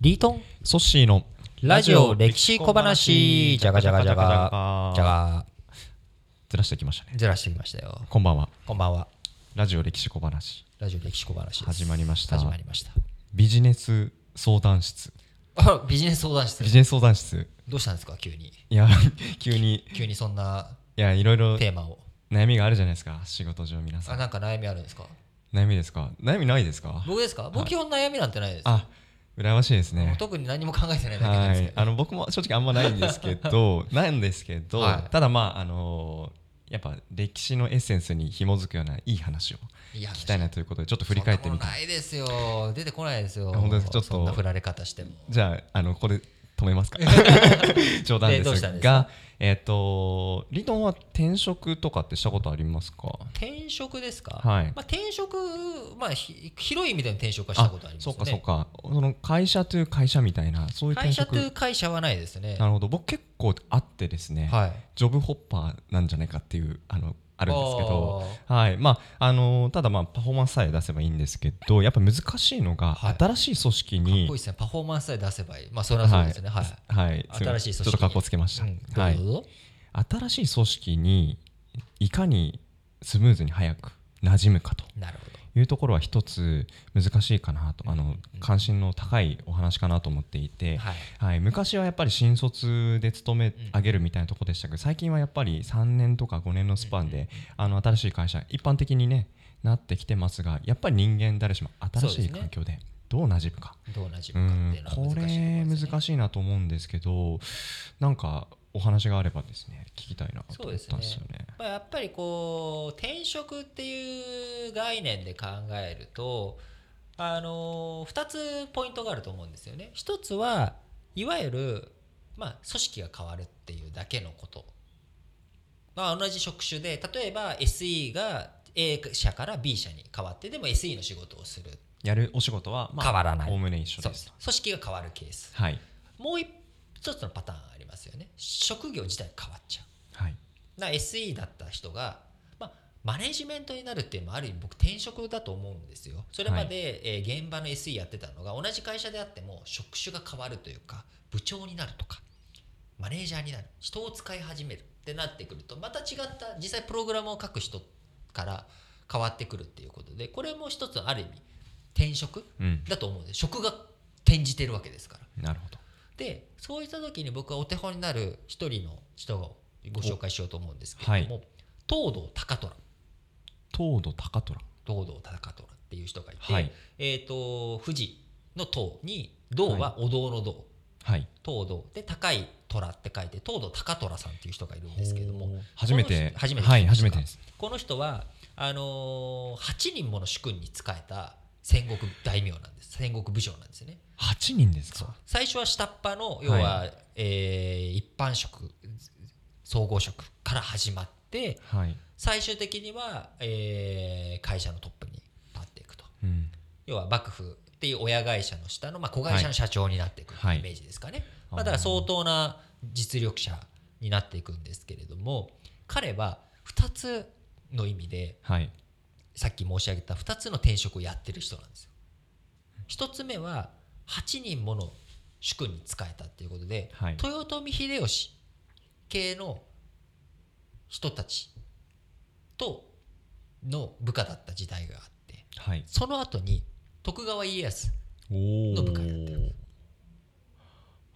リートンソッシーのラジオ歴史小話じゃがじゃがじゃがじゃがずらしてきましたねずらしてきましたよこんばんはこんばんはラジオ歴史小話ラジオ歴史小話です始まりました始まりました ビジネス相談室あビジネス相談室ビジネス相談室どうしたんですか急にいや 急に急にそんないやいろいろテーマを悩みがあるじゃないですか仕事上皆さあんなんか悩みあるんですか悩みですか悩みないですか僕ですか僕基本悩みなんてないですあ羨ましいですもうね特に何も考えてないだけなんはですけいどあの僕も正直あんまないんですけ どないんですけどはいただまああのやっぱ歴史のエッセンスに紐づくようないい話をいや聞きたいなということでちょっと振り返ってみそんなたことないですよ出てこないですよあ本当ですかちょっとそんな振られ方してもじゃああのここで止めますか 冗談ででどうしたんすですがかえっ、とリトンは転職とかってしたことありますか転職ですか、はいまあ、転職、まあ、ひ広い意味での転職はしたことありますそうよかそうねかその会社という会社みたいなそういう転会社職と会社はないですねなるほど僕結構あってですね、はいジョブホッパーなんじゃないかっていうあのああるんですけどはいまああのただまあパフォーマンスさえ出せばいいんですけどやっぱ難しいのが、はい新しい組織ーかっにこいいですねパフォーマンスさえ出せばいいまあそれはそうですねはい、はい、新しい組織ちょっと格好つけました、うんはいどうぞどうぞ新しい組織にいかにスムーズに早く馴染むかとなるほどいうところは一つ難しいかなとあうんうのん関心の高いお話かなと思っていて、はいはい、昔はやっぱり新卒で勤め上げるみたいなところでしたけど最近はやっぱり3年とか5年のスパンであの新しい会社一般的にねなってきてますがやっぱり人間誰しも新しい環境でどう馴染むかどうなじうむかっんていうのはこ難しいれ難しいしいなと思うんですけどなんかお話があればですね聞きたいなと思ったんですよね。まあ、やっぱりこう転職っていう概念で考えるとあの2つポイントがあると思うんですよね。一つはいわゆる、まあ、組織が変わるっていうだけのこと、まあ、同じ職種で例えば SE が A 社から B 社に変わってでも SE の仕事をする、やるお仕事は、まあ、変わらないおおむね一緒そうで組す。織が変わるケースはい。もう一つのパターンありますよね職業自体変わっちゃう。はい。な SE だった人が、まあ、マネジメントになるっていうのもある意味僕転職だと思うんですよそれまで、えー現場の SE やってたのが同じ会社であっても職種が変わるというか部長になるとかマネージャーになる人を使い始めるってなってくるとまた違った実際プログラムを書く人から変わってくるっていうことでこれも一つある意味転職うん。だと思うんです職が転じてるわけですからなるほど。でそういった時に僕はお手本になる一人の人をご紹介しようと思うんですけれども、東堂高虎東堂高虎。東堂高虎っていう人がいて、はい。えっ、と富士の塔に銅はお堂の銅、はい。東堂で高い虎って書いて東堂高虎さんっていう人がいるんですけれどもほう初めて。この人初めてはい、聞きました初めてです。この人はあのー、8人もの主君に仕えた戦国大名なんです戦国武将なんですよね八人ですか。最初は下っ端の要は、えー一般職総合職から始まってはい。最終的には、えー会社のトップに立っていくとうん。要は幕府っていう親会社の下の、まあ、子会社の社長になっていくってはいいうイメージですかね、まあ、だから相当な実力者になっていくんですけれども彼は2つの意味ではい。さっき申し上げた2つの転職をやってる人なんですよ。1つ目は8人もの主君に仕えたっていうことで、はい。豊臣秀吉系の人たちとの部下だった時代があってはい。その後に徳川家康おの部下やって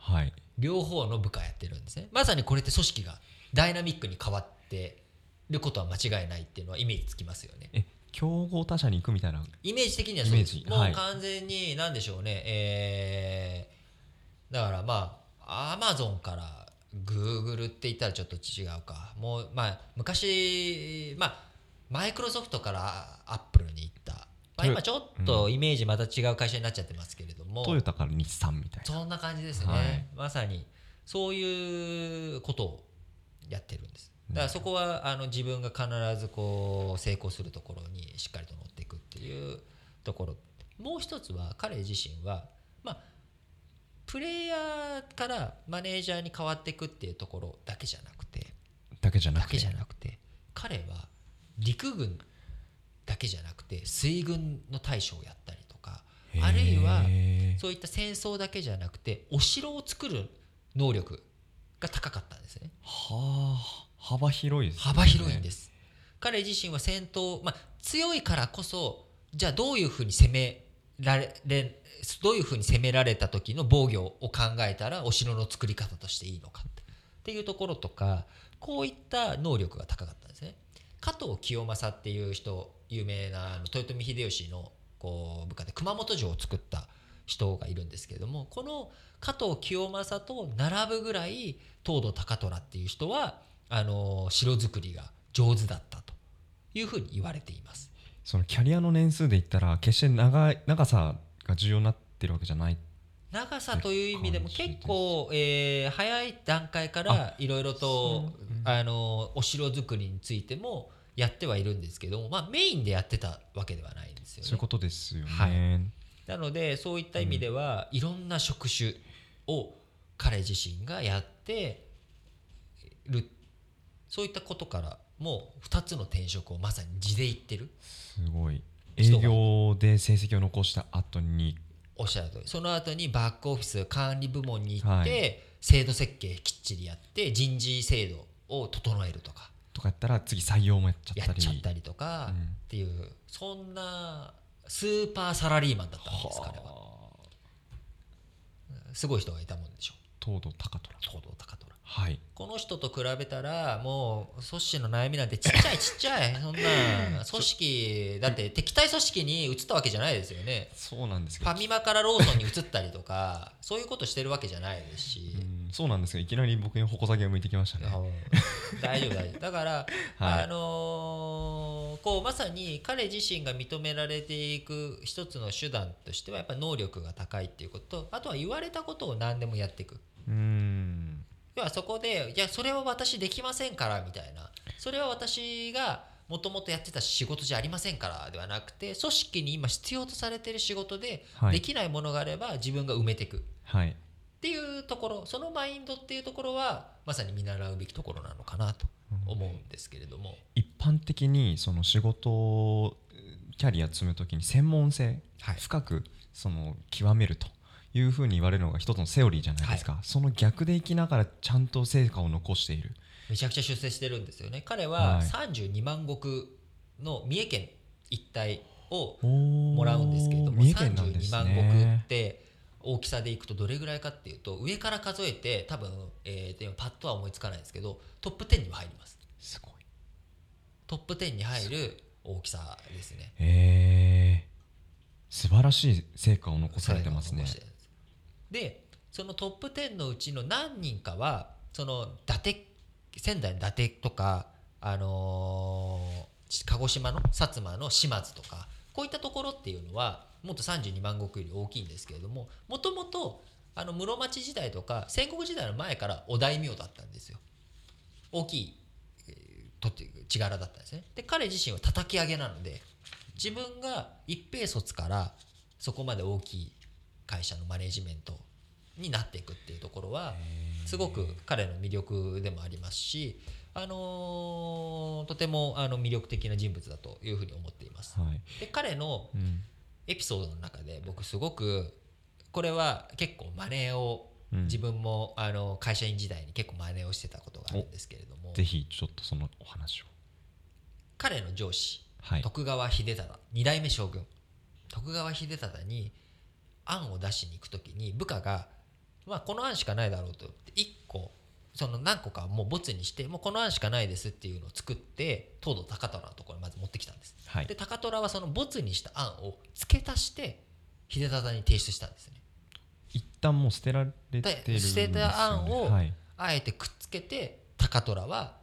お。はい。両方の部下やってるんですねまさにこれって組織がダイナミックに変わってることは間違いないっていうのはイメージつきますよねえ、競合他社に行くみたいな。イメージ的にはそうですイメージもはうい完全に何でしょうね、えーだからまあアマゾンからグーグルって言ったらちょっと違うかもうまあ昔まあマイクロソフトからアップルに行った、まあ、トヨ今ちょっとイメージまた違う会社になっちゃってますけれども、トヨタから日産みたいな。そんな感じですね、はいまさにそういうことをやってるんですだからうんそこはあの自分が必ずこう成功するところにしっかりと乗っていくっていうところもう一つは彼自身はまあプレイヤーからマネージャーに変わっていくっていうところだけじゃなくてだけじゃなだくて。けじゃなくて彼は陸軍だけじゃなくて水軍の大将をやったりとかあるいはへーえそういった戦争だけじゃなくてお城を作る能力が高かったんですねはあ幅広いですね幅広いんです彼自身は戦闘、まあ、強いからこそじゃあどういうふうに攻められれどういうふうに攻められた時の防御を考えたらお城の作り方としていいのかってっていうところとかこういった能力が高かったんですね加藤清正っていう人有名なあの豊臣秀吉のこう部下で熊本城を作った人がいるんですけれどもこの加藤清正と並ぶぐらい東堂高虎っていう人はあの城作りが上手だったというふうに言われています。そのキャリアの年数で言ったら決して長い長さが重要になってるわけじゃない長さという意味でもって感じです結構、えー早い段階からいろいろとそううんあのお城作りについてもやってはいるんですけども、まあ、メインでやってたわけではないんですよそういうねこ。とですよね、はいなのでそういった意味では、いろんな職種を彼自身がやってるそういったことからもう2つの転職をまさに地で言ってるすごい営人が業で成績を残した後におっしゃる通りその後にバックオフィス管理部門に行っはて、い制度設計きっちりやって人事制度を整えるとかとかやったら次採用もやっちゃやったっりちゃったりとかうんっていう、そんなスーパーサラリーマンだったんです彼ははあすごい人がいたもんでしょ東堂高虎東堂高虎はいこの人と比べたらもう組織の悩みなんてちっちゃいちっちゃい そんな組織だって敵対組織に移ったわけじゃないですよねそうなんですけフどァミマからローソンに移ったりとかそういうことしてるわけじゃないですし、うんそうなんですけどいきなり僕に矛先が向いてきましたねあ 大丈夫大丈夫だから、はいあのーこうまさに彼自身が認められていく一つの手段としてはやっぱ能力が高いっていうこととあとは言われたことを何でもやっていくうん要はそこでいやそれは私できませんからみたいなそれは私がもともとやってた仕事じゃありませんからではなくて組織に今必要とされてる仕事ではでいきないものがあれば自分が埋めていくっはいていうところそのマインドっていうところはまさに見習うべきところなのかなと思うんですけれども。一般的にその仕事をキャリア積むときに専門性はい深くその極めるというふうに言われるのが一つのセオリーじゃないですか、その逆で生きながらちゃんと成果を残しているめちゃくちゃ出世してるんですよね彼ははい32万石の三重県一帯をももらうんですけれども、三重県なんで32す万石ねって大きさでいくとどれぐらいかっていうと上から数えて多分、えー、でもパッとは思いつかないですけどトップ10には入りますすごいトップ10に入る大きさですねえー、素晴らしい成果を残されてますね残してるんですでそのトップ10のうちの何人かはその伊達仙台の伊達とか、あのー鹿児島の薩摩の島津とかこういったところっていうのはもっと32万石より大きいんですけれどももともとあの室町時代とか戦国時代の前からお大名だったんですよ大きいえーとって地柄だったんですねで彼自身は叩き上げなので自分が一平卒からそこまで大きい会社のマネジメントになっていくっていうところはすごく彼の魅力でもありますし、あのーとてもあの魅力的な人物だというふうに思っています。はい、で彼のうんエピソードの中で僕すごくこれは結構マネーをうん自分もあの会社員時代に結構マネーをしてたことがあるんですけれどもぜひちょっとそのお話を彼の上司はい徳川秀忠二代目将軍徳川秀忠に案を出しに行くときに部下が、まあ、この案しかないだろうと1個その何個かもうボツにしてもうこの案しかないですっていうのを作って東堂高虎のところにまず持ってきたんです、はいで高虎はそのボツにした案を付け足して秀忠に提出したんですね一旦もう捨てられてるんですよ、ね、で捨てた案をはいあえてくっつけて高虎は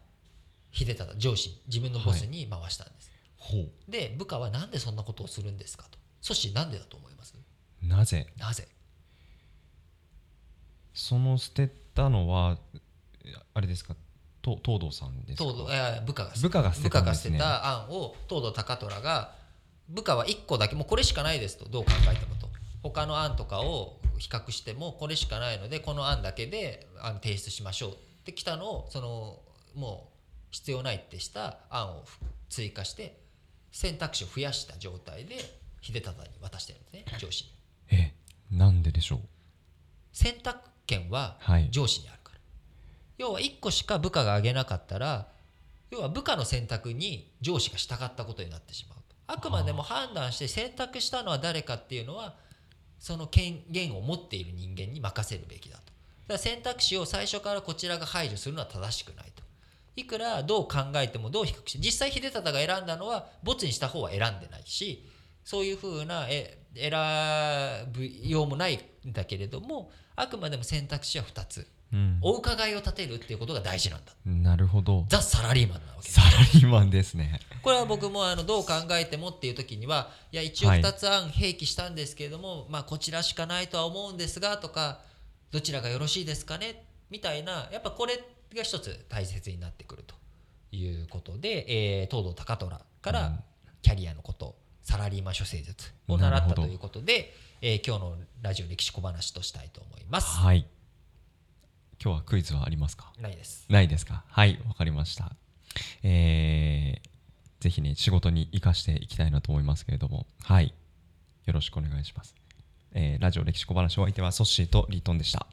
秀忠上司自分のボスに回したんです、ほうで部下はなんでそんなことをするんですかと阻止なんでだと思いますなぜなぜその捨てたのはえあれですかと東堂さんですか東堂いやいや部下が部下が捨て部下たんでがす捨ねてた案を東堂高虎が部下は1個だけもうこれしかないですとどう考えてもと他の案とかを比較してもこれしかないのでこの案だけであの提出しましょうってきたのをそのもう必要ないってした案を追加して選択肢を増やした状態で秀忠に渡してるんですね上司に。えなんででしょう選択権ははい上司にあるから、要は1個しか部下が上げなかったら要は部下の選択に上司が従ったことになってしまうとあくまでも判断して選択したのは誰かっていうのはその権限を持っている人間に任せるべきだとだから選択肢を最初からこちらが排除するのは正しくないといくらどう考えてもどう低くして実際秀忠が選んだのはボツにした方は選んでないしそういうふうなえ選ぶようもないんだけれどもあくまでも選択肢は2つうんお伺いを立てるっていうことが大事なんだなるほどザ・サラリーマンなわけですサラリーマンですねこれは僕もあのどう考えてもっていう時にはいや一応はい2つ案併記したんですけれども、まあこちらしかないとは思うんですがとかどちらがよろしいですかねみたいなやっぱこれが一つ大切になってくるということで、えー東堂高虎かうらんキャリアのことサラリーマン諸生術をな習るっほたどということで、えー今日のラジオ歴史小話としたいと思います。はい今日はクイズはありますかないです。ないですかはいわかりましたえー、ぜひね仕事に生かしていきたいなと思いますけれどもはいよろしくお願いします、えーラジオ歴史小話お相手はソッシーとリートンでした